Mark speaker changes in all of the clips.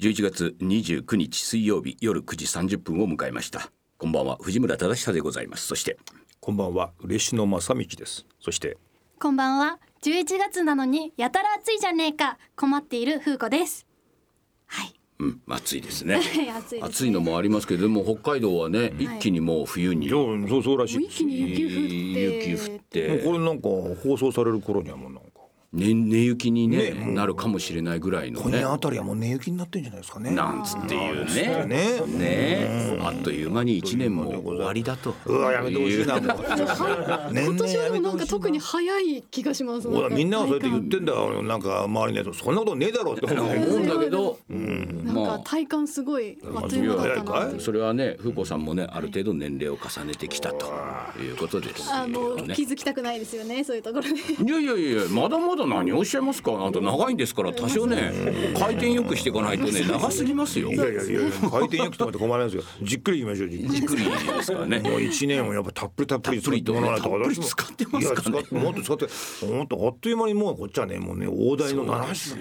Speaker 1: 11月29日水曜日夜9時30分を迎えましたこんばんは藤村忠久でございますそして
Speaker 2: こんばんは嬉野正道ですそして
Speaker 3: こんばんは。11月なのにやたら暑いじゃねえか。困っている風子です。はい。
Speaker 1: うん暑いですね
Speaker 3: 暑いです
Speaker 1: 暑いのもありますけどでも北海道はね、一気にもう冬に
Speaker 2: うそうそうらしい
Speaker 3: 一気に雪降って。
Speaker 1: 雪降っ
Speaker 2: もうこ
Speaker 1: て
Speaker 2: れなんか放送される頃にはもうなんか
Speaker 1: ね寝雪に、ね
Speaker 2: ねもう
Speaker 1: なるかもしれないぐらいの
Speaker 4: 今
Speaker 1: ね
Speaker 4: 夜あたりはもう寝雪になってんじゃないですかね。
Speaker 1: なんつっていうね
Speaker 4: ね
Speaker 1: ねあっという間に一年も終わりだと
Speaker 2: うわやめてほしいなもう
Speaker 4: 年
Speaker 5: 今
Speaker 4: 々
Speaker 5: 年は
Speaker 4: や
Speaker 5: でも
Speaker 4: めて
Speaker 5: なん
Speaker 4: ほ
Speaker 5: か
Speaker 4: しい
Speaker 5: 特に早い気がします。
Speaker 2: ほらみんながそうやって言っ
Speaker 5: なん
Speaker 2: てんだよなんか周りのやつそんなことねえだろうって思う
Speaker 1: 思うんだけど、
Speaker 5: かなんか
Speaker 1: まあ
Speaker 5: 体感すごいあっと
Speaker 2: い
Speaker 5: いう
Speaker 2: や
Speaker 5: 間だった
Speaker 2: 早
Speaker 5: ない
Speaker 2: かい
Speaker 5: と。
Speaker 1: それはね風子さんもねある程度年齢を重ねてきたということです
Speaker 5: あも
Speaker 1: けど
Speaker 5: う
Speaker 1: ね
Speaker 5: 気づきたくないですよね。そういうところで。
Speaker 1: いやいやいやまだまだ何をおっしゃいますかあんた長いんですから多少ね回転よくしていかないとね長すぎますよ
Speaker 2: いやいやいやいや回転よく止まって困らないですよじっくり言いましょうじっく
Speaker 1: じ
Speaker 2: り
Speaker 1: っくりですからね
Speaker 2: もう一年をやっぱたっぷりたっぷり
Speaker 1: たっぷりとね
Speaker 2: もら
Speaker 1: たっぷり使ってますからね
Speaker 2: いや使ってもっと使ってもっとあっという間にもうこっちはねもうね大台の七十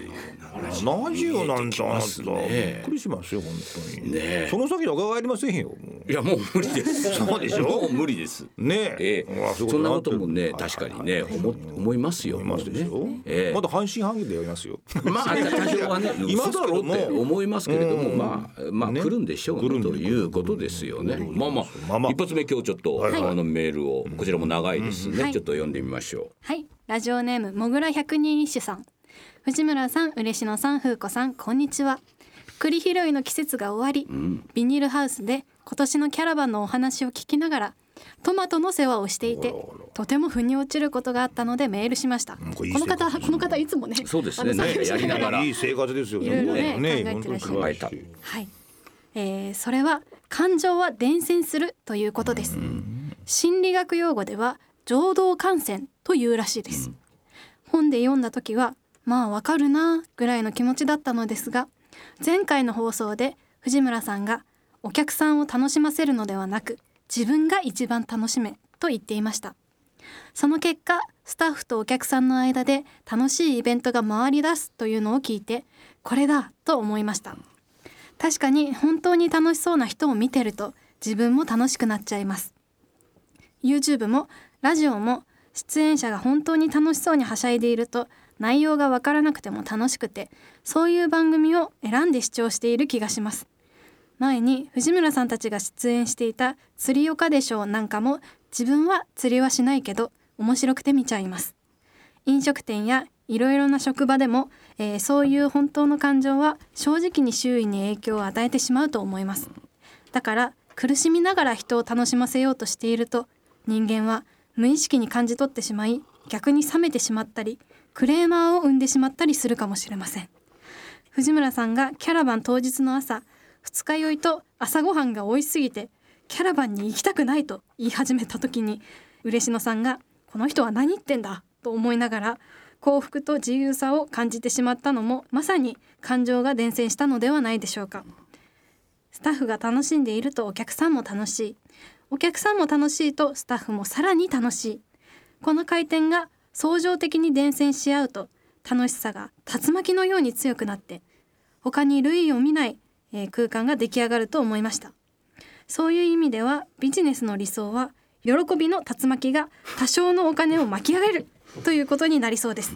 Speaker 2: 七十なんだあんた
Speaker 1: ね
Speaker 2: びっくりしますよ本当に
Speaker 1: ねえ
Speaker 2: その先の伺いありませんよもう
Speaker 1: いやもう無理です
Speaker 2: そうでしょ
Speaker 1: もう無理です
Speaker 2: ね
Speaker 1: え
Speaker 2: うわ
Speaker 1: え
Speaker 2: そういう
Speaker 1: そんなことも
Speaker 2: に
Speaker 1: ね
Speaker 2: なってる
Speaker 1: 確かにね思思いますよ
Speaker 2: 思いますでしょ、
Speaker 1: ねええ
Speaker 2: まだ半信半疑でやりますよ
Speaker 1: まあ多少 はね
Speaker 2: います
Speaker 1: 今
Speaker 2: け
Speaker 1: だろ
Speaker 2: ど
Speaker 1: う
Speaker 2: も
Speaker 1: って思いますけれども
Speaker 2: うん
Speaker 1: まあまあ
Speaker 2: ね
Speaker 1: 来るんでしょう
Speaker 2: 来る
Speaker 1: ね
Speaker 2: んで
Speaker 1: ということですよねまあ
Speaker 2: まあ
Speaker 1: ま
Speaker 2: ま
Speaker 1: あ
Speaker 2: あ
Speaker 1: 一発目今日ちょっと
Speaker 2: はいはい
Speaker 1: あのメールをこちらも長いです
Speaker 3: は
Speaker 1: ね
Speaker 3: い
Speaker 1: ちょっと読んでみましょ
Speaker 3: はい。ラジオネームもぐら百人一首さん。藤村さん、嬉野さん、風子さん、こんにちは。栗拾いの季節が終わり、ビニールハウスで今年のキャラバンのお話を聞きながらトマトの世話をしていてとても腑に落ちることがあったのでメールしました
Speaker 2: んこ
Speaker 5: こ
Speaker 2: れいい
Speaker 5: の方
Speaker 2: 生活
Speaker 5: この方いつもね。
Speaker 1: うそうです
Speaker 5: あ
Speaker 1: ね
Speaker 5: の
Speaker 1: なんかやりながら
Speaker 2: いい生活ですよね
Speaker 5: いろいろね
Speaker 2: 本
Speaker 5: 考えて
Speaker 2: 当
Speaker 5: ら
Speaker 2: に
Speaker 5: っしゃ
Speaker 2: 素晴ら
Speaker 5: る
Speaker 2: しい
Speaker 1: 考え
Speaker 3: はい、えーそれは感情は伝染するということです、心理学用語では情動感染というらしいです、本で読んだ時はまあわかるなぐらいの気持ちだったのですが前回の放送で藤村さんがお客さんを楽しませるのではなく自分が一番楽しめと言っていましたその結果スタッフとお客さんの間で楽しいイベントが回り出すというのを聞いてこれだと思いました確かに本当に楽しそうな人を見てると自分も楽しくなっちゃいます YouTube もラジオも出演者が本当に楽しそうにはしゃいでいると内容がわからなくても楽しくてそういう番組を選んで視聴している気がします前に藤村さんたちが出演していた「釣り岡でしょう」なんかも自分は釣りはしないけど面白くて見ちゃいます飲食店やいろいろな職場でも、えーそういう本当の感情は正直に周囲に影響を与えてしまうと思いますだから苦しみながら人を楽しませようとしていると人間は無意識に感じ取ってしまい逆に冷めてしまったりクレーマーを生んでしまったりするかもしれません藤村さんがキャラバン当日の朝二日酔いと朝ごはんが美味しすぎてキャラバンに行きたくないと言い始めた時に嬉野さんが「この人は何言ってんだ」と思いながら幸福と自由さを感じてしまったのもまさに感情が伝染したのではないでしょうかスタッフが楽しんでいるとお客さんも楽しいお客さんも楽しいとスタッフもさらに楽しいこの回転が相乗的に伝染し合うと楽しさが竜巻のように強くなって他に類を見ない、えー空間が出来上がると思いましたそういう意味ではビジネスの理想は喜びの竜巻が多少のお金を巻き上げるということになりそうです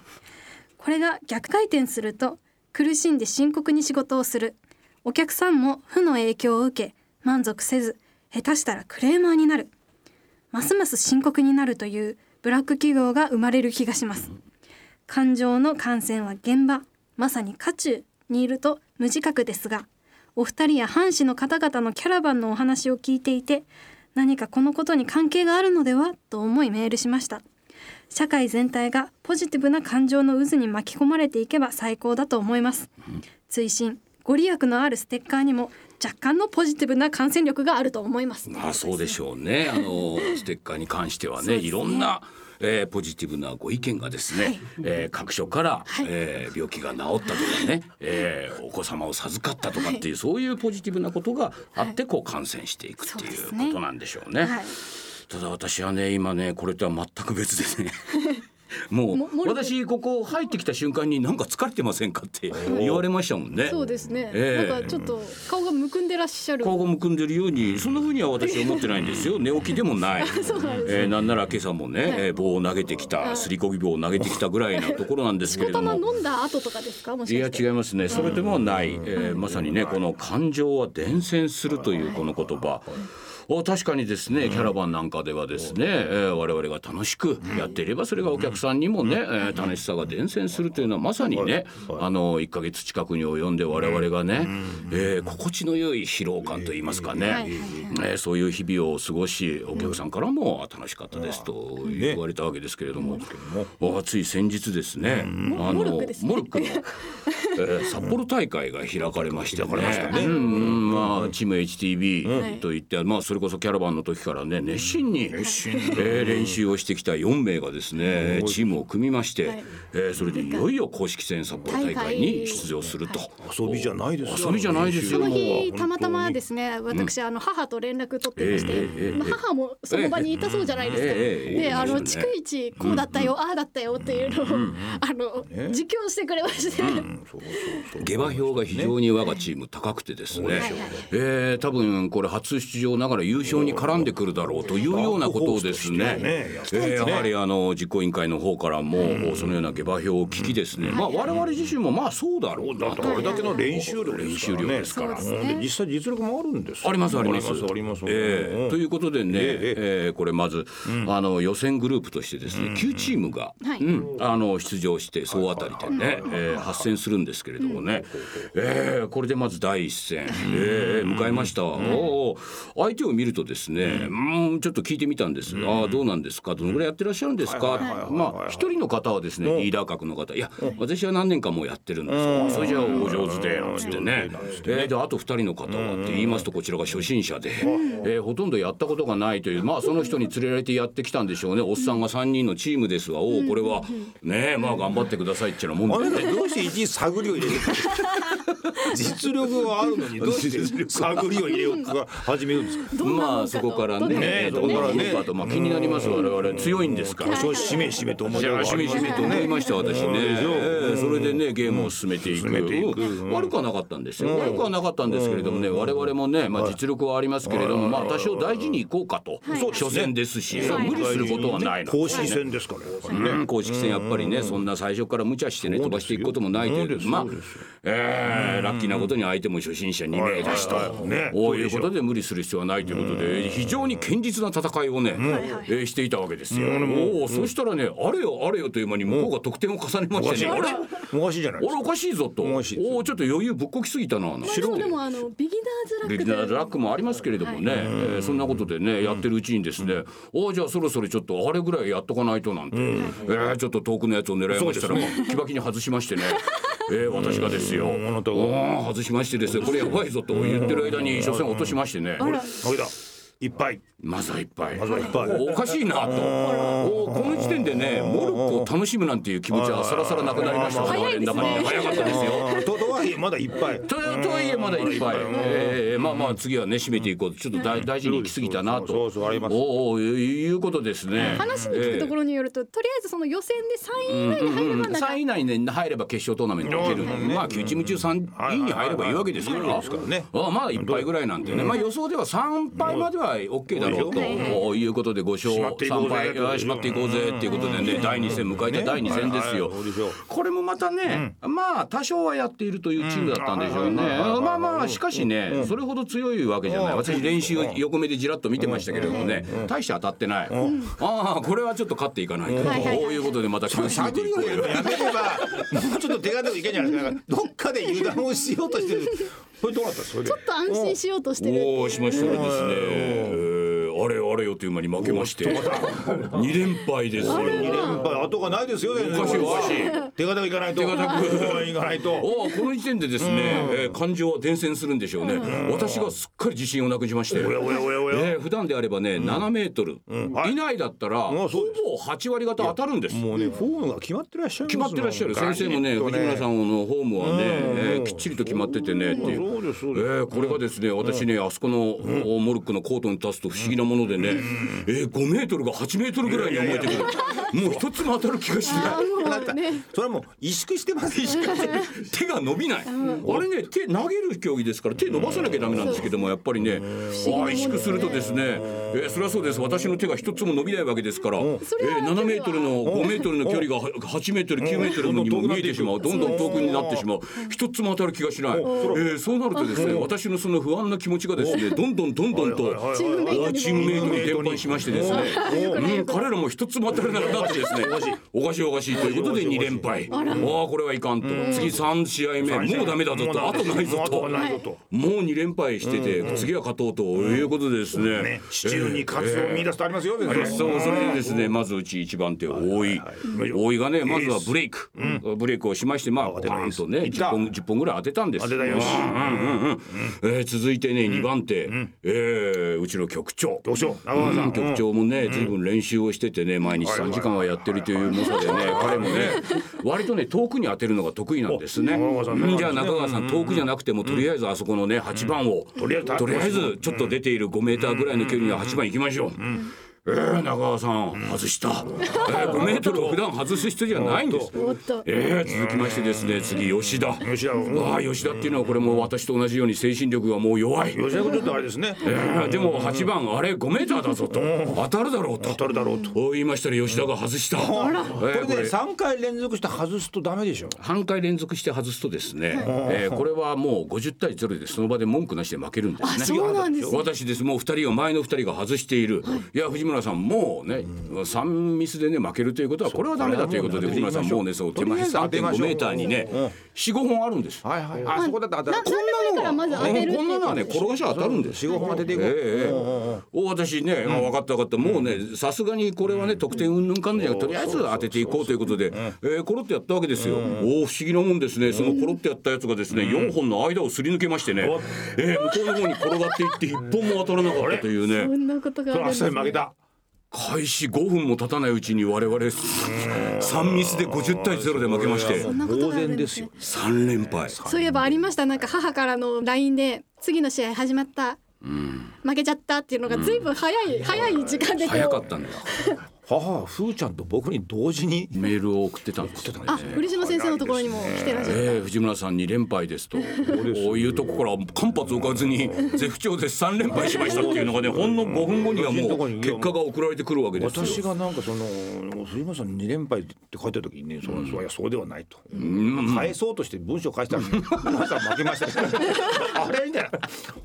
Speaker 3: これが逆回転すると苦しんで深刻に仕事をするお客さんも負の影響を受け満足せず下手したらクレーマーになるますます深刻になるというブラック企業が生まれる気がします感情の感染は現場まさに渦中にいると無自覚ですがお二人や藩士の方々のキャラバンのお話を聞いていて何かこのことに関係があるのではと思いメールしました社会全体がポジティブな感情の渦に巻き込まれていけば最高だと思います追伸ご利益のあるステッカーにも若干のポジティブな感染力があると思います
Speaker 1: うまあそうでしょう ねあのステッカーに関しては
Speaker 3: そう
Speaker 1: ね
Speaker 3: ですね
Speaker 1: いろんなえーポジティブなご意見がですね、えー各所から、
Speaker 5: はい
Speaker 1: えー病気が治ったとかね、えーお子様を授かったとかっていう、そういうポジティブなことがあってこう感染していくってい
Speaker 3: そう
Speaker 1: う
Speaker 3: ですね
Speaker 1: ことなんでしょうね。
Speaker 3: はい
Speaker 1: ただ私はね今ねこれとは全く別でねもう
Speaker 3: も漏れてる
Speaker 1: 私ここ入ってきた瞬間になんか疲れてませんかって言われましたもんね。
Speaker 3: そうですね、
Speaker 1: ええ
Speaker 3: なんかちょっと顔がむくんでらっしゃる
Speaker 1: 顔がむくんでるようにそんな風には私は思ってないん ですよ寝起きでもない。
Speaker 3: そうなんです、
Speaker 1: えーなんなら今朝もね、えー棒を投げてきたすりこぎ棒を投げてきたぐらいなところなんですけ
Speaker 3: し
Speaker 1: れ
Speaker 3: こた
Speaker 1: ど
Speaker 3: ま
Speaker 1: も。
Speaker 3: 飲んだ後とかですかもし
Speaker 1: いや
Speaker 3: かして
Speaker 1: 違いますねそれでもない、えーまさにねこの感情は伝染するというこの言葉あ確かにですねキャラバンなんかではですね、えー我々が楽しくやっていればそれがお客さんにもね、えー楽しさが伝染するというのはまさにねあの1ヶ月近くに及んで我々がね、えー心地の良い疲労感といいますかね、
Speaker 3: いはい
Speaker 1: えーそういう日々を過ごしお客さんからもあ「楽しかったです」と言われたわけですけれども、あつい先日ですね、あ
Speaker 3: モルックですね
Speaker 1: モルックのえ ー札幌大会が開かれましてね
Speaker 4: 開かれましたね
Speaker 1: うんうんまあチーム HTB
Speaker 3: ん
Speaker 1: といって、まあそれこそキャラバンの時からね熱心に、えー練習をしてきた4名がですねチームを組みまして、
Speaker 3: はい
Speaker 1: えーそれでいよいよ公式戦札幌大会に出場すると。
Speaker 4: 遊びじゃないですよ
Speaker 1: 遊びじゃないです
Speaker 3: そ
Speaker 1: よ
Speaker 3: の
Speaker 1: もう
Speaker 3: 日たまたまですね私、あの母と連絡取ってまして、
Speaker 1: ええええええ
Speaker 3: まあ母もその場にいたそうじゃないですか、
Speaker 1: ええええええ
Speaker 3: であの
Speaker 1: いいですね
Speaker 3: 逐一こうだったよ、ああだったよっていうのを、あの自供してくれまして、
Speaker 1: 下馬評が非常に我がチーム高くてですね、
Speaker 3: はい
Speaker 1: えー多分これ初出場ながら優勝に絡んでくるだろうというようなことをですね
Speaker 4: ね
Speaker 1: えーやはりあの実行委員会の方からもそのような下馬評を聞きですね、まあ我々自身もまあそうだろう
Speaker 4: だ
Speaker 1: な
Speaker 4: って
Speaker 1: と
Speaker 4: あれだけの練習量
Speaker 1: 練習量ですから。
Speaker 3: そうですね
Speaker 4: で実際実力もあるんです
Speaker 1: ありますあります。
Speaker 4: ありますあります
Speaker 1: ええ
Speaker 4: うん
Speaker 1: ということでね、え
Speaker 4: え
Speaker 1: えこれまず、あの予選グループとしてですね、9チームが、
Speaker 3: はい
Speaker 1: うん、あの出場して総当たりでね、ええ発戦するんですけれどもね、ええこれでまず第一戦、ええ迎えました。おお相手を見るとですね、うんちょっと聞いてみたんです。ああどうなんですか。どのぐらいやってらっしゃるんですか。
Speaker 4: はいはいはいはい
Speaker 1: まあ一人の方はですね、リーダー格の方、いや私は何年間もやってるんです。
Speaker 4: うん
Speaker 1: あそれじゃあお上手でなんつってね。
Speaker 4: うん
Speaker 1: えーであと2人の方はって言いますとこちらが初心者で、えーほとんどやったことがないというまあその人に連れられてやってきたんでしょうねおっさんが3人のチームですわおおこれはねえまあ頑張ってくださいってなもん
Speaker 4: あ
Speaker 1: で
Speaker 4: な
Speaker 1: ね
Speaker 4: たどうしていちいち探りを入れる 実力はあるのにどうして探りを入れようか始めるんですか
Speaker 3: どんなもん
Speaker 1: ま
Speaker 3: か
Speaker 1: あ
Speaker 3: と
Speaker 1: そこからね
Speaker 4: ねえ
Speaker 1: どんなもん
Speaker 4: ね
Speaker 1: かとまあ気になります我々強いんですから。
Speaker 4: そうしめしめと思い
Speaker 1: い
Speaker 4: なが
Speaker 1: や
Speaker 4: ら
Speaker 1: しめしめと思いました私ね、ええそれでねゲームを進めていく,、
Speaker 4: 進めていく
Speaker 1: うん悪くはなかったんですよ、悪くはなかったんですけれどもね、我々もね、まあ、実力はありますけれども、まあ、多少大事にいこうかと、
Speaker 3: い
Speaker 1: そう初戦ですし、そう無理することはないの
Speaker 4: 公式戦ですからやっぱりね
Speaker 1: うん公式戦やっぱりね、そんな最初から無茶してね飛ばしていくこともないというまあ、えーラッキーなことに相手も初心者2名だしと、
Speaker 4: はいはいは いね
Speaker 1: こういうことで無理する必要はないということで非常に堅実な戦いをね、えーしていたわけですよ。おおそしたらねあれよあれよという間に向こうが得点を重ねましてね、あれ
Speaker 4: おかしいじゃな
Speaker 1: あ
Speaker 4: い
Speaker 1: れ
Speaker 4: ですか
Speaker 1: おかしいぞとおお
Speaker 4: かしいです
Speaker 1: ーちょっと余裕ぶっこきすぎたななんて
Speaker 3: でもでもあのビギナーズラッ
Speaker 1: ビ
Speaker 3: ク
Speaker 1: ギ
Speaker 3: で
Speaker 1: ナーズラックもありますけれどもね、えーそんなことでね、やってるうちにですね、おーじゃあそろそろちょっとあれぐらいやっとかないとなんて、えーちょっと遠くのやつを狙いましたら、キバキに外しましてね。えー私がですよ、
Speaker 4: んあなたが
Speaker 1: うん外しましてですねこれやばいぞと言ってる間に初戦落としましてね、
Speaker 4: あれだいっぱい
Speaker 1: まずはいっぱい
Speaker 4: まずはいっぱい
Speaker 1: おおかしいなとおこの時点でねモルックを楽しむなんていう気持ちはさらさらなくなりました
Speaker 3: 早いですね
Speaker 1: 我々の中で早かったですよ
Speaker 4: あととはいえまだいっぱい
Speaker 1: ととはいえまだいっぱい、ええまあまあ次はね締めていこうとちょっと大大事に行き過ぎたなと
Speaker 4: そうそうそうあります
Speaker 1: おうおういうことですね
Speaker 3: 話に聞くところによると、とりあえずその予選で3位以内に入ればなんか、
Speaker 1: 3位以内に入れば決勝トーナメントいける、
Speaker 4: うん
Speaker 1: まあ9チーム中3位に入ればいいわけですから、
Speaker 4: はいはいはいはい
Speaker 1: ああまあ1敗ぐらいなんでね、まあ、予想では3敗までは OK だろうということで5勝
Speaker 4: 締まっていこ
Speaker 1: 3
Speaker 4: うぜ
Speaker 1: 敗ああしまっていこうぜっていうことでね、第2戦迎えた第2戦ですよ。
Speaker 4: ねはいはいそうでしょう
Speaker 1: これもまたね、まあ多少はやっているというチームだったんでしょうね、
Speaker 4: うんはいはいはい
Speaker 1: まあまあしかしね、それほど強いわけじゃない、
Speaker 4: うん
Speaker 1: 私練習を横目でじらっと見てましたけれどもね、大して当たってない、ああこれはちょっと勝っていかないと、
Speaker 3: はいはいはい
Speaker 1: こういうことでまた決め
Speaker 4: 探
Speaker 1: てい
Speaker 4: り
Speaker 1: こ
Speaker 4: を
Speaker 1: う
Speaker 4: 入れ
Speaker 1: よ
Speaker 4: るのやめればもうちょっと手がでもいけんじゃないですかなんかどっかで油断をしようとしてるそれどうなったんですかそれで
Speaker 3: ちょっと安心しようとしてるっていう
Speaker 1: おおしましたらですね、えーあれあれよという間に負 けまして二連敗ですよ
Speaker 4: 二連敗後がないですよね
Speaker 1: おかしいおかしい
Speaker 4: 手堅くいかないと
Speaker 1: 手堅く
Speaker 4: 応援いかないと
Speaker 1: おおこの時点でですね、えー感情は伝染するんでしょうね、私がすっかり自信をなくしまして、
Speaker 4: おやおやおやおや
Speaker 1: えー普段であればね、7メートル
Speaker 4: んはい
Speaker 1: 以内だったら、
Speaker 4: うん
Speaker 1: ほ
Speaker 4: そうです
Speaker 1: ぼ8割方当たるんです。
Speaker 4: もうねフォームが決まってらっしゃいます
Speaker 1: 決まってらっしゃる
Speaker 4: もん
Speaker 1: 先生もね藤村さんのフォームはね、
Speaker 4: うん
Speaker 1: えーきっちりと決まっててねっていう
Speaker 4: そうですそう
Speaker 1: え
Speaker 4: です
Speaker 1: ーこれがですね私ねあそこのモルックのコートに立つと不思議なものでねえー5メートルが8メートルぐらいに思えてくるもう一つも当たる気がしない
Speaker 3: もうね
Speaker 4: それはもう萎縮してます萎縮
Speaker 1: 手が伸びない、あれね手投げる競技ですから手伸ばさなきゃダメなんですけどもやっぱりね
Speaker 3: 議なもん
Speaker 1: 愛
Speaker 3: です
Speaker 1: し
Speaker 3: ね
Speaker 1: くするとですね、えーそれはそうです私の手が一つも伸びないわけですから、えー、
Speaker 3: それは
Speaker 1: 7メートルの5メートルの距離が8メー トル9メートルにも見えてしまうどんどん遠くになってしまう一つも当たる気がしない、えーそうなるとですね私のその不安な気持ちがですねどんどんどんどんと
Speaker 3: チームメイトにも
Speaker 1: チームメイトに転換しましてですね
Speaker 4: お
Speaker 1: うん、彼らも一つも当たらなかったってですねおかしいおかしいということで2連敗ああこれはいかんと次3試合目もうダメだぞとあとないぞ
Speaker 4: もう
Speaker 1: と
Speaker 4: 後がないぞと
Speaker 1: もう2連敗してて次は勝とうということでですね
Speaker 4: ね市中に活動を見出すとありますよ
Speaker 1: えー
Speaker 4: 先生
Speaker 1: そうそれでですねまずうち一番手大井大井がねまずはブレイクブレイクをしましてまあバ
Speaker 4: てない
Speaker 1: ーン
Speaker 4: です
Speaker 1: とね
Speaker 4: いった
Speaker 1: 10本10本ぐらい当てたんです
Speaker 4: 当てたよし
Speaker 1: うんうんうんえー続いてね2番手えーうちの局長
Speaker 4: どうしよう中川さん
Speaker 1: 局長もね、ずいぶん練習をしててね、毎日3時間はやってるという猛者でね、彼もね、割とね、遠くに当てるのが得意なんですね。
Speaker 4: お中川さんね
Speaker 1: うんじゃあ中川さん、遠くじゃなくても、とりあえずあそこのね、8番を、と
Speaker 4: りあえず
Speaker 1: とりあえずちょっと出ている5メーターぐらいの距離には8番行きましょう。えー、中川さん外した、えー、5メートルを普段外す人じゃないんです
Speaker 3: おっと
Speaker 1: えー、続きましてですね次吉田
Speaker 4: 吉田君
Speaker 1: ああ吉田っていうのはこれも私と同じように精神力がもう弱い
Speaker 4: 吉田君ちょっとあれですね
Speaker 1: えーでも8番あれ5メーターだぞと当たるだろうと
Speaker 4: 当たるだろうと
Speaker 1: こう言いましたら吉田が外した、えー
Speaker 4: これ
Speaker 1: こ
Speaker 4: で
Speaker 1: れ
Speaker 4: 三回連続して外すとダメでしょ
Speaker 1: 半回連続して外すとですね、えーこれはもう50対0でその場で文句なしで負けるんですね
Speaker 3: そうなんですね
Speaker 1: 私ですもう2人が前の2人が外している、い、や藤村さんもうね、3ミスでね負けるということはこれはダメだということで
Speaker 4: そう
Speaker 1: 藤村さんもうねそう手前3.5メーターにね45本あるんです
Speaker 4: はいはいあそこだって当たる
Speaker 3: な何でもいいからまず当てるって
Speaker 1: こんなのはね転がしゃ当たるんです
Speaker 4: 四五本当てていこう
Speaker 1: ええお私ね、あ分かった分かったもうねさすがにこれはね得点うんぬんかんぬんじゃなくてとりあえず当てていこうということで、えー、コロッとやったわけですよ、おお不思議なもんですねそのコロッとやったやつがですね、4本の間をすり抜けましてね、えー向こうの方に転がっていって1本も当たらなかったという
Speaker 3: こ
Speaker 1: ね
Speaker 3: んなことがあ
Speaker 4: そ
Speaker 3: る
Speaker 4: れ
Speaker 3: ん
Speaker 4: あ
Speaker 3: で
Speaker 4: っさり負け
Speaker 3: すね
Speaker 4: た
Speaker 1: 開始5分も経たないうちに我々3ミスで50対0で負けまして
Speaker 3: そんなことがあるんですね
Speaker 1: 3連敗。
Speaker 3: そういえばありましたなんか母からの LINE で次の試合始まった、負けちゃったっていうのがずいぶん早い、早い時間でこう
Speaker 1: 早かったんだよ
Speaker 4: 母はふーちゃんと僕に同時に
Speaker 1: メールを送ってたんですよね
Speaker 3: あ、古島先生のところにも来てらっしゃる、
Speaker 1: ええ藤村さん2連敗ですとこういうとこから間髪を置かずに絶不調で3連敗しましたっていうのがねほんの5分後にはもう結果が送られてくるわけですよ
Speaker 4: 私がなんかその藤村さんに2連敗って書いた時にねそうそういやそうではないと
Speaker 1: うん
Speaker 4: 返そうとして文章返したら藤村さん負けました早いんじゃない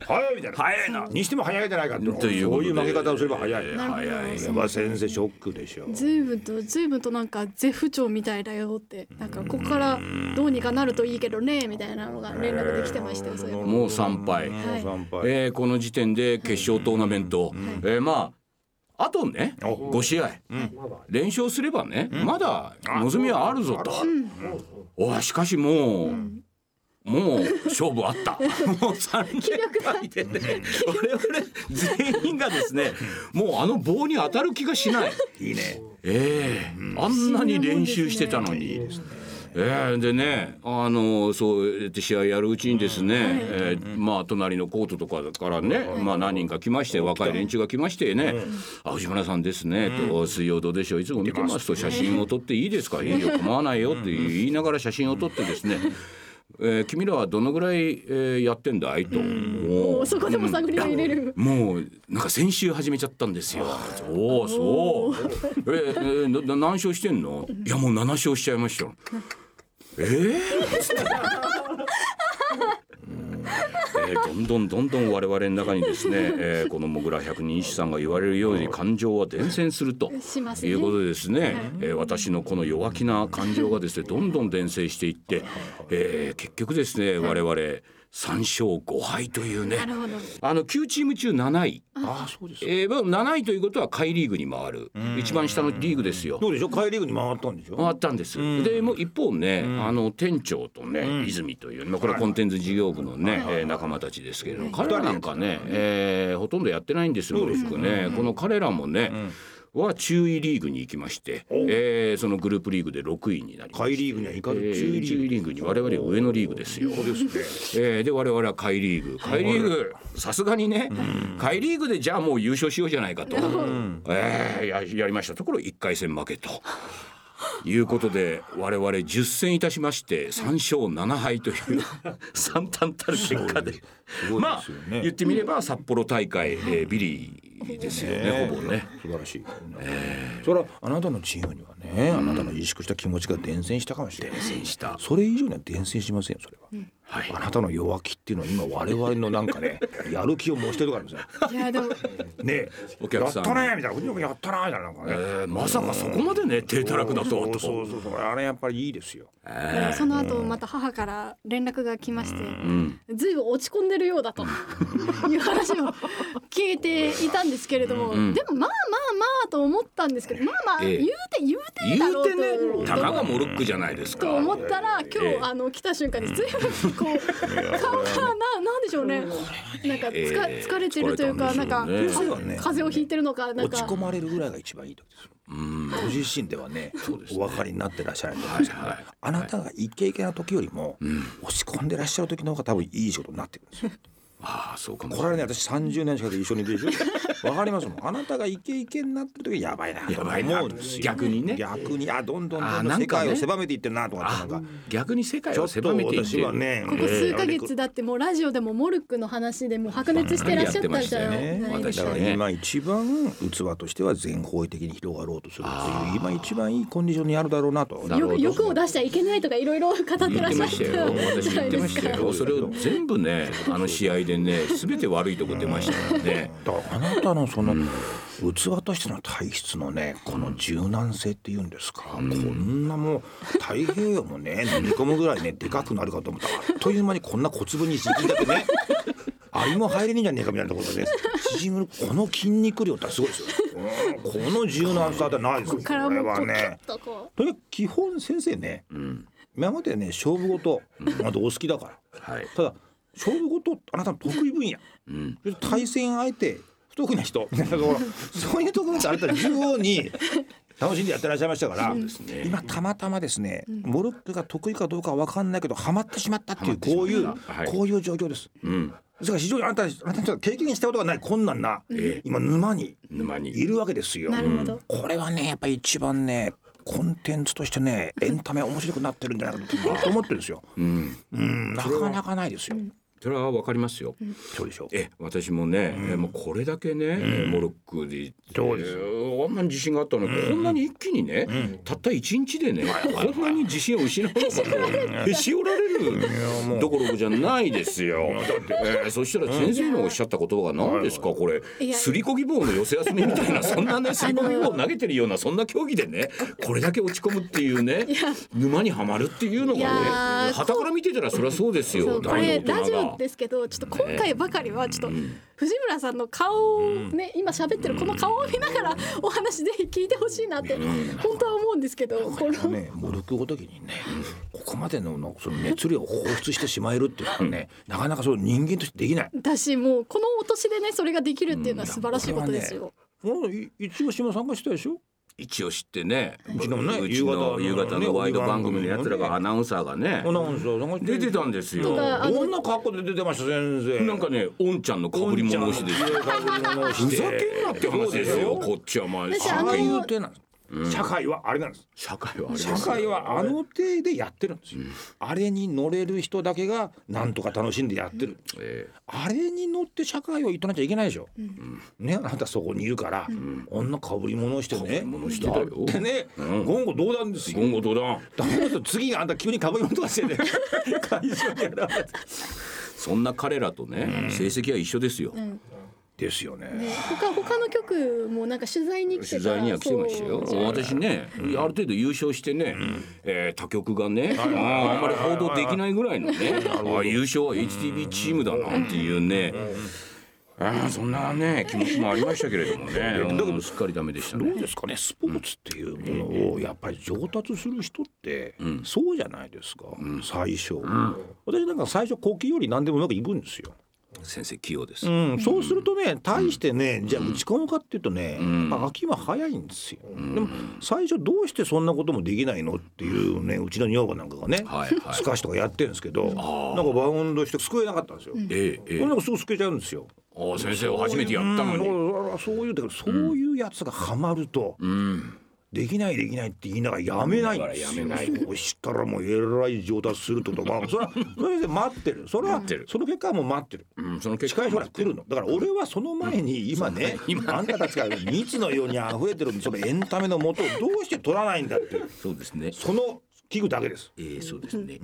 Speaker 4: 早いみたいな
Speaker 1: 早いな
Speaker 4: にしても早いじゃないかと
Speaker 1: という
Speaker 4: そ
Speaker 1: こ
Speaker 4: う
Speaker 1: とで
Speaker 4: いう負け方をすれば早い
Speaker 1: ええ早い
Speaker 4: やばい先生ショックでしょ
Speaker 3: ずいぶんとずいぶんとなんか絶不調みたいだよってなんかここからどうにかなるといいけどねみたいなのが連絡できてましたよそういえば
Speaker 1: もう3敗、
Speaker 3: はい
Speaker 4: 参拝
Speaker 1: ええこの時点で決勝トーナメント、ええまああとね
Speaker 4: お
Speaker 1: 5試合、連勝すればね、まだ望みはあるぞと、おいしかしもう、もう勝負あ った。もう三連敗でね、我々全員がですね、もうあの棒に当たる気がしない。
Speaker 4: いいね
Speaker 1: ええあんなに練習してたのに。ええでねあのそうやって試合やるうちにですね、ええまあ隣のコートとかからね、まあ、何人か来まして若い連中が来ましてね「あ藤村さんですね」と「水曜どうでしょういつも見てます」と「写真を撮っていいですか?」「いいよ構わないよ」って言いながら写真を撮ってですね「ええ君らはどのぐらい、ええやってんだい?」と。も
Speaker 3: も
Speaker 1: う
Speaker 3: うそこでも探りを入れる、
Speaker 1: もうなんか先週始めちゃったんですよ。おおそう。 ええーなな何勝してんの？いやもう七勝しちゃいましたよ。えーつって えーどんどんどんどん我々の中にですね、えーこのもぐら百人一首さんが言われるように感情は伝染すると
Speaker 3: しますね
Speaker 1: いうことでですね、えー私のこの弱気な感情がですねどんどん伝染していって、えー結局ですね我々3勝5敗というね
Speaker 3: なるほど。
Speaker 1: あの9チーム中7位、
Speaker 6: ああそうです
Speaker 1: えーまあ7位ということは下位リーグに回る一番下のリーグですよ
Speaker 6: ど。うでしょう帰りグに回ったんでしょ
Speaker 1: 回ったんです、
Speaker 6: ん
Speaker 1: でもう一方ね、あの店長とね、泉という、まあ、これコンテンツ事業部のね、えー仲間たちですけれども彼らなんかね、えーほとんどやってないんですよ僕ね、この彼らもね、は中位リーグに行きまして、えーそのグループリーグで6位になりました
Speaker 6: 帰りグには行か
Speaker 1: え
Speaker 6: ず中リ
Speaker 1: ー
Speaker 6: ー
Speaker 1: 中
Speaker 6: グ
Speaker 1: 位リーグに我々は上のリーグですよ。えーで我々は下位リーグ下位リーグさすがにね下位リーグでじゃあもう優勝しようじゃないかと、えーややりましたところ1回戦負けと。いうことで我々10戦いたしまして3勝7敗 という惨憺たる結果でまあ言ってみれば札幌大会、えービリーですよねほぼね。
Speaker 6: 素晴らしい
Speaker 4: それはあなたのチームにはね、あなたの萎縮した気持ちが伝染したかもしれない。
Speaker 1: した
Speaker 4: それ以上には伝染しませんよそれは、
Speaker 1: はい
Speaker 4: あなたの弱気っていうのは今我々のなんかね やる気を燃してるからですよ
Speaker 3: いやでも
Speaker 6: ね
Speaker 1: お客さん
Speaker 6: やったねみたいなふにょふにょやったなみたいななんか
Speaker 1: え
Speaker 6: ね
Speaker 1: ーまさかそこまでね低たらくだとは
Speaker 6: そうそ
Speaker 1: と
Speaker 6: うそうそうあれやっぱりいいですよ
Speaker 3: でもその後また母から連絡が来まして、ずいぶん落ち込んでるようだという話を聞いていたんですけれども、でもまあまあまあと思ったんですけど、まあまあ
Speaker 1: ええ
Speaker 3: 言うて言うてだ
Speaker 1: 言
Speaker 3: ろ
Speaker 1: う
Speaker 3: う
Speaker 1: て
Speaker 3: と。
Speaker 1: ねたかがモルックじゃないですか。
Speaker 3: と思ったら今日、
Speaker 1: ええ
Speaker 3: あの来た瞬間にずいぶんこ う顔がななんでしょうねなんかつか、
Speaker 1: ええ
Speaker 3: 疲れてるというか
Speaker 1: 疲れ
Speaker 3: なん
Speaker 1: た
Speaker 3: か
Speaker 1: んでしょうね
Speaker 3: 風邪をひいてるのかなん
Speaker 4: 落ち
Speaker 3: か
Speaker 4: 込まれるぐらいが一番いい時ですよご自身ではねお分かりになってらっしゃると思うんですけど、
Speaker 1: はいはい
Speaker 4: あなたがイケイケな時よりも、落ち込んでらっしゃる時の方が多分いい仕事になってくるんですよ
Speaker 1: ああそうかも
Speaker 4: これはね私30年近く一緒にいるでしょ わかりますもんあなたがイケイケになってる時やばいなと
Speaker 1: やばいな
Speaker 4: 思うんですよ
Speaker 1: 逆にね
Speaker 4: 逆にあどんどん
Speaker 1: あ
Speaker 4: どんど
Speaker 1: なんん
Speaker 4: 世
Speaker 1: かね
Speaker 4: 界を狭めていってるなとかって
Speaker 1: あ
Speaker 4: なんか
Speaker 1: 逆に世界
Speaker 6: ちょ
Speaker 1: を
Speaker 6: っ
Speaker 1: 狭
Speaker 6: と
Speaker 1: めていって
Speaker 6: 私はね
Speaker 3: ここ数ヶ月だってもうラジオでもモルックの話でもう白熱してらっしゃったじゃないです
Speaker 1: 私
Speaker 3: か
Speaker 4: だ
Speaker 1: は
Speaker 4: から
Speaker 1: ね
Speaker 4: 今一番器としては全方位的に広がろうとするっていう今一番いいコンディションにあるだろうなと
Speaker 1: なるほど
Speaker 3: 欲欲を出しちゃいけないとかいろいろ語って
Speaker 1: 言
Speaker 3: ら
Speaker 1: っ
Speaker 3: ってしゃ
Speaker 1: ま
Speaker 3: っ
Speaker 1: した
Speaker 3: た
Speaker 1: よ私
Speaker 3: じ
Speaker 1: 言
Speaker 3: ゃな
Speaker 1: っ
Speaker 3: い
Speaker 1: て
Speaker 3: で
Speaker 1: まし
Speaker 3: す
Speaker 1: た
Speaker 3: か。
Speaker 1: よそれを全部ねあの試合でね全て悪いとこ出ましたからね
Speaker 4: だからあなたのその器としての体質のねこの柔軟性っていうんですか、こんなもう太平洋も ね飲み込むぐらいねでかくなるかと思ったらあっという間にこんな小粒に縮んだって ねアリも入れねえんじゃねえかみたいなところでね縮むこの筋肉量ってすごいですよ、うんこの柔軟さってないですよこ
Speaker 3: からも
Speaker 4: れ
Speaker 3: う
Speaker 4: は
Speaker 3: こうキュ
Speaker 4: ね
Speaker 3: ッとこ
Speaker 4: とにかく基本先生ね、今までね勝負事あとお好きだから
Speaker 1: はい
Speaker 4: ただ勝負事あなたの得意分野
Speaker 1: うん
Speaker 4: それと対戦相手不得意な人みたいなところそういうところってあなたは中央 に楽しんでやってらっしゃいましたから、
Speaker 1: ね
Speaker 4: 今たまたまですね、モルックが得意かどうかは分かんないけどハマってしまったっていうこういう、
Speaker 1: ハマってしまったはい
Speaker 4: こういう状況です。
Speaker 1: うん
Speaker 4: ですから非常にあなたあなたにとっては経験したことがない困難な、
Speaker 1: え
Speaker 4: 今沼に
Speaker 1: 沼に
Speaker 4: いるわけですよ
Speaker 3: う。なるほど。
Speaker 4: これはねやっぱり一番ねコンテンツとしてねエンタメ面白くなってるんじゃないかと僕は思ってるんですよ。
Speaker 1: うん
Speaker 4: うんなかなかないですよ。
Speaker 1: それはわかりますよ
Speaker 4: そうでしょう。
Speaker 1: え私もねえもうこれだけねモルックで
Speaker 6: そうです
Speaker 1: えあんなに自信があったのにこんなに一気にねたった一日でねこんなに自信を失うのかとしおられるどころじゃないですよ。えーそしたら先生のおっしゃった言葉が何ですかこれ
Speaker 3: いや
Speaker 1: すりこぎ棒の寄せ集めみたいなそんな ねすりこぎ棒を投げてるようなそんな競技でねこれだけ落ち込むっていうね沼にはまるっていうのがね
Speaker 3: いやー
Speaker 1: 傍から見てたらそりゃそうです
Speaker 3: そ
Speaker 1: よ
Speaker 3: うこ
Speaker 1: 大
Speaker 3: れ
Speaker 1: の大
Speaker 3: ラジ
Speaker 1: 人
Speaker 3: オ
Speaker 1: が。
Speaker 3: ですけどちょっと今回ばかりはちょっと藤村さんの顔をね今喋ってるこの顔を見ながらお話ぜひ聞いてほしいなって本当は思うんですけどこの
Speaker 4: ね、モルクごときにね、ここまでののその熱量を放出してしまえるっていうのはね、なかなかそう人間としてできない。
Speaker 3: 私もうこのお年でねそれができるっていうのは素晴らしいことですよ。
Speaker 4: もうい一応島参加したでしょ。
Speaker 1: 一応知ってねう
Speaker 4: ちのね
Speaker 1: うちの夕
Speaker 4: 夕
Speaker 1: 方
Speaker 4: 方のね
Speaker 1: のワイド番組のやつら
Speaker 4: ね
Speaker 1: がアナウンサーがね
Speaker 4: アナウンサー参加して
Speaker 1: 出てたんですよ
Speaker 3: と。かあの
Speaker 4: どんな格好で出てました先生。
Speaker 1: なんかねおんちゃんのかぶり物をして
Speaker 4: 被り物をし
Speaker 1: ふ
Speaker 4: て
Speaker 1: ざけんなって話ですよこっちはまあ
Speaker 3: 私あ
Speaker 4: あ
Speaker 3: の
Speaker 4: あい
Speaker 1: 社
Speaker 4: う手なんです。
Speaker 6: 社会はあれなんです
Speaker 1: 会はあれです
Speaker 4: 社
Speaker 1: よ
Speaker 4: 会はあの手でやってるんですよ。あれに乗れる人だけがなんとか楽しんでやってる。
Speaker 1: え
Speaker 4: あれに乗って社会を営んじゃいけないでしょ。ね、あなたそこにいるから、あんな被り物をしてね。
Speaker 1: 被り物してたよ
Speaker 4: でね、言語道断です
Speaker 1: ー
Speaker 4: よ。
Speaker 1: 言語道断
Speaker 4: ダメだと次あんた急に被り物と かしてね。会社やられて
Speaker 1: そんな彼らとね成績は一緒ですよ
Speaker 4: ですよね。
Speaker 5: ね、他他の局もなんか取材に来てた
Speaker 1: 取材には来てましたよ
Speaker 5: そう
Speaker 1: 私ね、ある程度優勝してね、えー他局がね、あーあんまり報道できないぐらいのね、あー優勝は HTB チームだなんていうね、あーそんなね気持ちもありましたけれども ね、うんすっかりダメでした
Speaker 4: ど
Speaker 1: ね
Speaker 4: うですかねスポーツっていうものをやっぱり上達する人ってそうじゃないですか、最初、私なんか最初呼吸より何でもうまくいくんですよ、
Speaker 1: 先生器用です、
Speaker 4: うん、そうするとね大してねじゃあ打ち込むかっていうとね、
Speaker 1: ん
Speaker 4: やっぱ秋は早いんですよ、でも最初どうしてそんなこともできないのっていうねうちの女房なんかがね、
Speaker 1: はいはい
Speaker 4: スカッシュとかやってるんですけどなんか
Speaker 1: あ
Speaker 4: バウンドして救えなかったんですよ、
Speaker 1: ええええ
Speaker 4: これなんかすぐ救えちゃうんですよ
Speaker 1: あー先生を初めてやったのに、
Speaker 4: うんだからそういうだからそういうやつがハマると、
Speaker 1: うん、
Speaker 4: できないできないって言いながらやめないんですよ。
Speaker 1: だからや
Speaker 4: そしたらもうえらい上達するってことまあそれはそれで待ってるそれは
Speaker 1: ってる
Speaker 4: その結果はもう待ってる。
Speaker 1: うん、その結
Speaker 4: 近
Speaker 1: 果
Speaker 4: い将来来るのだから俺はその前に今ね、あんたたちが蜜のように溢れてるそのエンタメの元をどうして取らないんだっていう
Speaker 1: そうですね
Speaker 4: その器具だけです。
Speaker 1: えー、そうですね。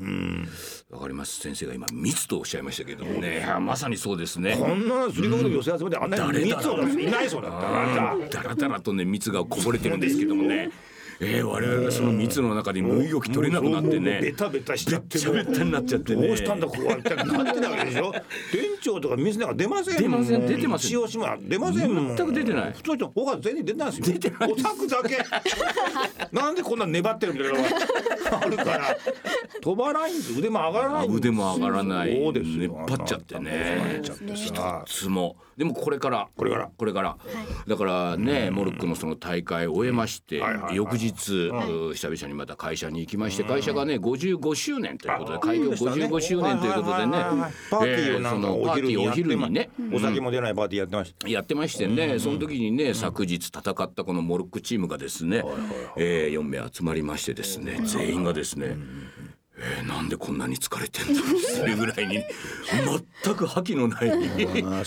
Speaker 1: わかります。先生が今密とおっしゃいましたけどもね、いやまさにそうですね。
Speaker 4: こんなすり込みの寄せ集めであんなに蜜を出す人いないそうだったらなんだ。
Speaker 1: だらだらとね蜜がこぼれてるんですけどもね。えー、我々がその蜜の中で身動き取れなくなって
Speaker 4: もうベ
Speaker 1: ね。
Speaker 4: タベタしちゃって
Speaker 1: べっちゃべったになっちゃってね
Speaker 4: どうしたんだここはみたいになってたわけで しょ店長とか水なんか出ません
Speaker 1: 出ません
Speaker 4: もう
Speaker 1: 出てません
Speaker 4: 一押しも出ませんもん
Speaker 1: 全く出てない
Speaker 4: 普通の人他全員出てないですよ出てないお宅だけ なんでこんな粘ってるみたいなのがあるから飛ばないんです腕も上がらないん
Speaker 1: 腕も上がらない。
Speaker 4: そうです
Speaker 1: ねっ
Speaker 4: よ
Speaker 1: 張っちゃってね。
Speaker 4: ちゃってさ
Speaker 1: つもでもこれから
Speaker 4: これから
Speaker 1: これから、だからね、モルックのその大会を終えまして、
Speaker 4: はいはいはい
Speaker 1: 翌日、う久々にまた会社に行きまして、会社がね55周年ということで開業55周年ということでね
Speaker 4: はいはいはいはいパーティーを
Speaker 1: え
Speaker 4: な
Speaker 1: そ
Speaker 4: んか
Speaker 1: のパ
Speaker 4: お
Speaker 1: ーテ
Speaker 4: 昼
Speaker 1: ィ
Speaker 4: に
Speaker 1: ー
Speaker 4: や
Speaker 1: お
Speaker 4: って
Speaker 1: 昼
Speaker 4: ま
Speaker 1: にね
Speaker 4: お酒も出ないパーティーやってました
Speaker 1: やってましてね、その時にね、昨日戦ったこのモルックチームがですね、えー、4名集まりましてですね、全員がですね、えー、なんでこんなに疲れてんだろうっていうぐらいに全く覇気のない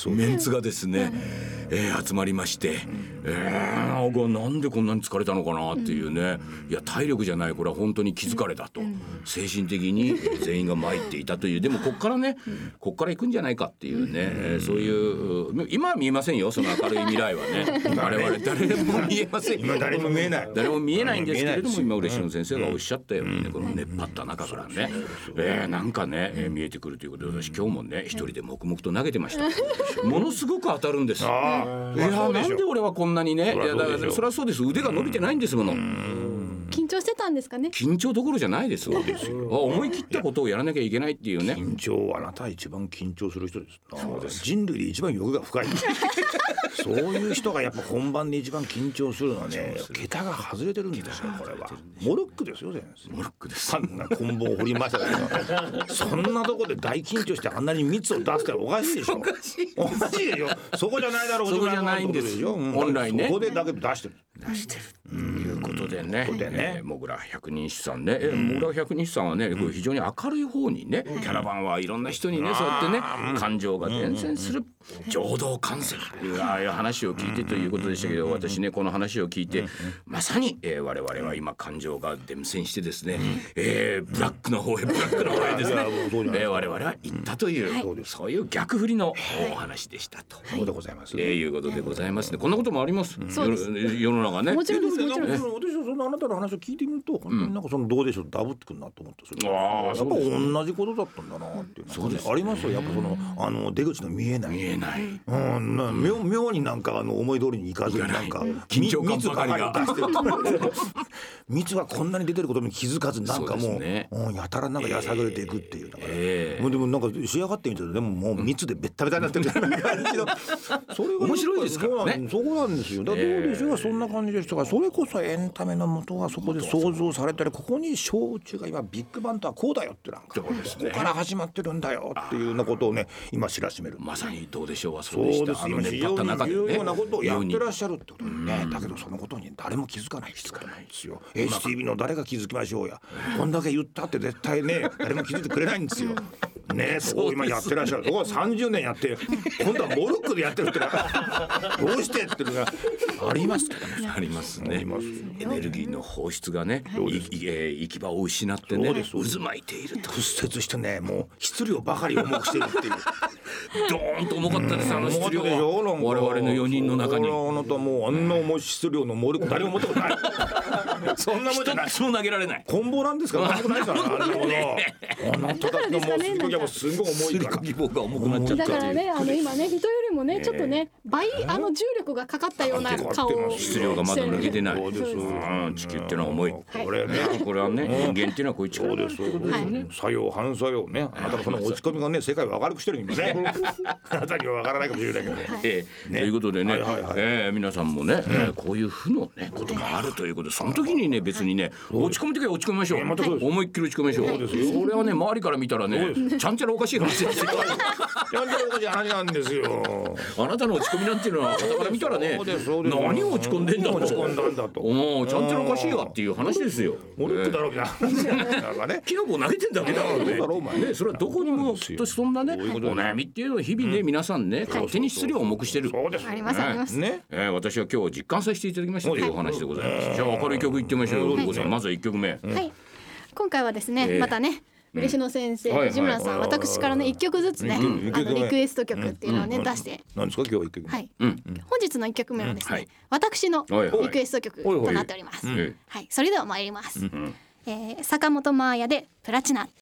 Speaker 1: メンツがですね、えー、集まりまして、えー、僕はなんでこんなに疲れたのかなっていうね、いや体力じゃないこれは本当に気づかれだと、精神的に全員が参っていたというでもこっからねこっから行くんじゃないかっていうね、えーそういう今は見えませんよその明るい未来は ね我々誰も見えませんよ
Speaker 4: 今誰も見えない
Speaker 1: 誰も見えないんですけれども
Speaker 4: うん
Speaker 1: 今嬉野先生がおっしゃったようにねこの熱波った中からねえーなんかねえー見えてくるということで私今日もね一人で黙々と投げてま したものすごく当たるんですいや
Speaker 4: ああ
Speaker 1: ーなんで俺はこんなにねい
Speaker 4: そりゃ
Speaker 1: や
Speaker 4: そう
Speaker 1: だ
Speaker 4: でし
Speaker 1: から
Speaker 4: ょ
Speaker 1: それはそうです腕が伸びてないんですもの
Speaker 5: 緊張してたんですかね
Speaker 1: 緊張どころじゃないですわあ思い切ったことをやらなきゃいけないっていうね
Speaker 4: 緊張はあなた一番緊張する人です人類で一番欲が深い そういう人がやっぱ本番で一番緊張するのはね桁が外れてるんですよこれはモルックですよ全然
Speaker 1: モルックです
Speaker 4: あんな棍棒を振りましたけ どそんなとこで大緊張してあんなに蜜を出すからおかしいでしょおかしいおかしいでしょそこじゃないだろう
Speaker 1: そこじゃないんです
Speaker 4: 藤村さんのとこでしょ
Speaker 1: 本来ね
Speaker 4: そこでだけど出してる
Speaker 1: 出してるということでね
Speaker 4: でね
Speaker 1: えーモグラ百人一さんね、えーモグラ百人一さんはねこう非常に明るい方にね、キャラバンはいろんな人にねそうやってね感情が伝染する情動感染というああいう話を聞いてということでしたけど私ねこの話を聞いてまさに、えー我々は今感情が伝染してですね、えーブラックの方へブラックの方へですね、えー我々は行ったという、そういう逆振りのお話でしたと。
Speaker 4: そうでございます
Speaker 1: えーいうことでございますね。こんなこともあります。
Speaker 5: そうです
Speaker 1: 世の世の中ね。
Speaker 5: もちろんです
Speaker 4: で
Speaker 5: もちろんで
Speaker 4: な
Speaker 5: す
Speaker 4: か私はそのあなたの話を聞いてみると本当になんかそのどうでしょうダブってくるなと思ってそれ
Speaker 1: ああ
Speaker 4: やっぱ
Speaker 1: そうです
Speaker 4: 同じことだったんだなっていうのは
Speaker 1: そうですね
Speaker 4: ありますよやっぱそのあの出口の見えな
Speaker 1: 見
Speaker 4: い
Speaker 1: えない。
Speaker 4: うんな妙妙になんかあの思い通りにいかずになんか
Speaker 1: 緊張感ばかりが
Speaker 4: 密ばかり出してる密はこんなに出てることに気づかずなんか
Speaker 1: そうです
Speaker 4: も
Speaker 1: ね
Speaker 4: ううんやたらなんかやさぐれていくっていうだから
Speaker 1: ええ
Speaker 4: もうでもなんか仕上がってみたらでももう密でべったべたになってるみたいな感じのそれが
Speaker 1: 面白いですからね
Speaker 4: そうなんそこなんですよだからどうでしょうがそんな感じでしたからそれこそエンタメの元はそこで想像されたりここに小中が今ビッグバンとはこうだよってなんかここから始まってるんだよっていうようなことをね今知らしめる
Speaker 1: まさにどうでしょうはそ
Speaker 4: そう
Speaker 1: うでし
Speaker 4: で
Speaker 1: た。
Speaker 4: す
Speaker 1: あの
Speaker 4: 今
Speaker 1: ね、
Speaker 4: 非
Speaker 1: 立っ
Speaker 4: 常
Speaker 1: た中
Speaker 4: に
Speaker 1: で
Speaker 4: 重
Speaker 1: ね。
Speaker 4: 要なことをやってらっ
Speaker 1: し
Speaker 4: しゃるってことにねだけどそのことに誰も気づかないってことなんですよ HTV の誰が気づきましょうやこんだけ言ったって絶対ね誰も気づいてくれないんですよねえそこを今やってらっしゃるそこは30年やって今度はモルックでやってるってのは どうしてっていうのがありますからね
Speaker 1: あります
Speaker 4: あ
Speaker 1: ね
Speaker 4: りますよ。
Speaker 1: エネルギーの放出がね、いいえー行き場を失ってね、渦巻いていると。
Speaker 4: 屈折してねもう質量ばかり重くしてるっていう
Speaker 1: ドーンと重かったですあの質量
Speaker 4: でしょ
Speaker 1: は我々の4人の中に
Speaker 4: それはあなたもうあんな重い質量の猛力誰も持っ たことないそんなもんじゃない
Speaker 1: 一つも投げられない
Speaker 4: こん棒なんですから重くないですからあれ ほどあなただってもうすりこぎはもうすごい重いから
Speaker 1: 希望が重くなっちゃった
Speaker 3: だ
Speaker 1: って
Speaker 3: から
Speaker 1: いう
Speaker 3: ねあの今ね人よりもねちょっとね倍あの重力がかかったような顔を
Speaker 1: 質量がまだ抜けてない
Speaker 4: そうです
Speaker 1: うん地球ってのは重い
Speaker 4: これね
Speaker 1: これはね人間っていうのはこういう
Speaker 4: そ
Speaker 1: 力
Speaker 4: うですそうです、
Speaker 3: はい
Speaker 4: 作用反作用ねあなたがその落ち込みがね世界を明るくしてるんですねあなたには分からないかもしれないけど、
Speaker 1: ええということでね、
Speaker 4: はいはいはい
Speaker 1: ええ皆さんもね、ええこういう負のねことがあるということでその時にね別にね落ち込む時は落ち込みましょう、
Speaker 4: そうです
Speaker 1: 思いっきり落ち込みましょう、
Speaker 4: そうですよ
Speaker 1: それはね周りから見たらねちゃんちゃらおかしい 話ですよ
Speaker 4: やんちゃらおかしい話なんで すよ
Speaker 1: あなたの落ち込みなんていうのは傍から見たらね
Speaker 4: そうですそうです
Speaker 1: 何を落ち込んでんだと
Speaker 4: 何を落ち込んだんだと
Speaker 1: おおちゃんちゃらおかしいわっていう話ですよ
Speaker 4: モルックだろうみたいな話じゃないからね
Speaker 1: キノコ投げてんだけだから
Speaker 4: そうだろうお前
Speaker 1: ねねそれはどこにもきっとそんなねお悩みっていうのを日々ね皆さんね勝手に質量を重くしてる
Speaker 4: そうです
Speaker 3: ありますあります
Speaker 4: ね
Speaker 1: えー、私は今日実感させていただきましたというお話でございます。じゃあ明るい曲いってみましょう。ようこさんまずは一曲目。
Speaker 3: はい今回はですね、
Speaker 1: ええ
Speaker 3: またね嬉野先生、
Speaker 1: はいはい
Speaker 3: 藤村さん、私からね一曲ずつね、
Speaker 4: ん
Speaker 3: あ
Speaker 4: 一曲
Speaker 3: の
Speaker 4: ね
Speaker 3: リクエスト曲っていうのをね、出して、
Speaker 4: 何ですか今日一曲目
Speaker 3: はい、
Speaker 1: うん。
Speaker 3: 本日の一曲目はですね、
Speaker 1: はい
Speaker 3: 私の
Speaker 1: はいはい
Speaker 3: リクエスト曲となっております。
Speaker 1: うん
Speaker 3: はい、それでは参ります。えー坂本真綾でプラチナ。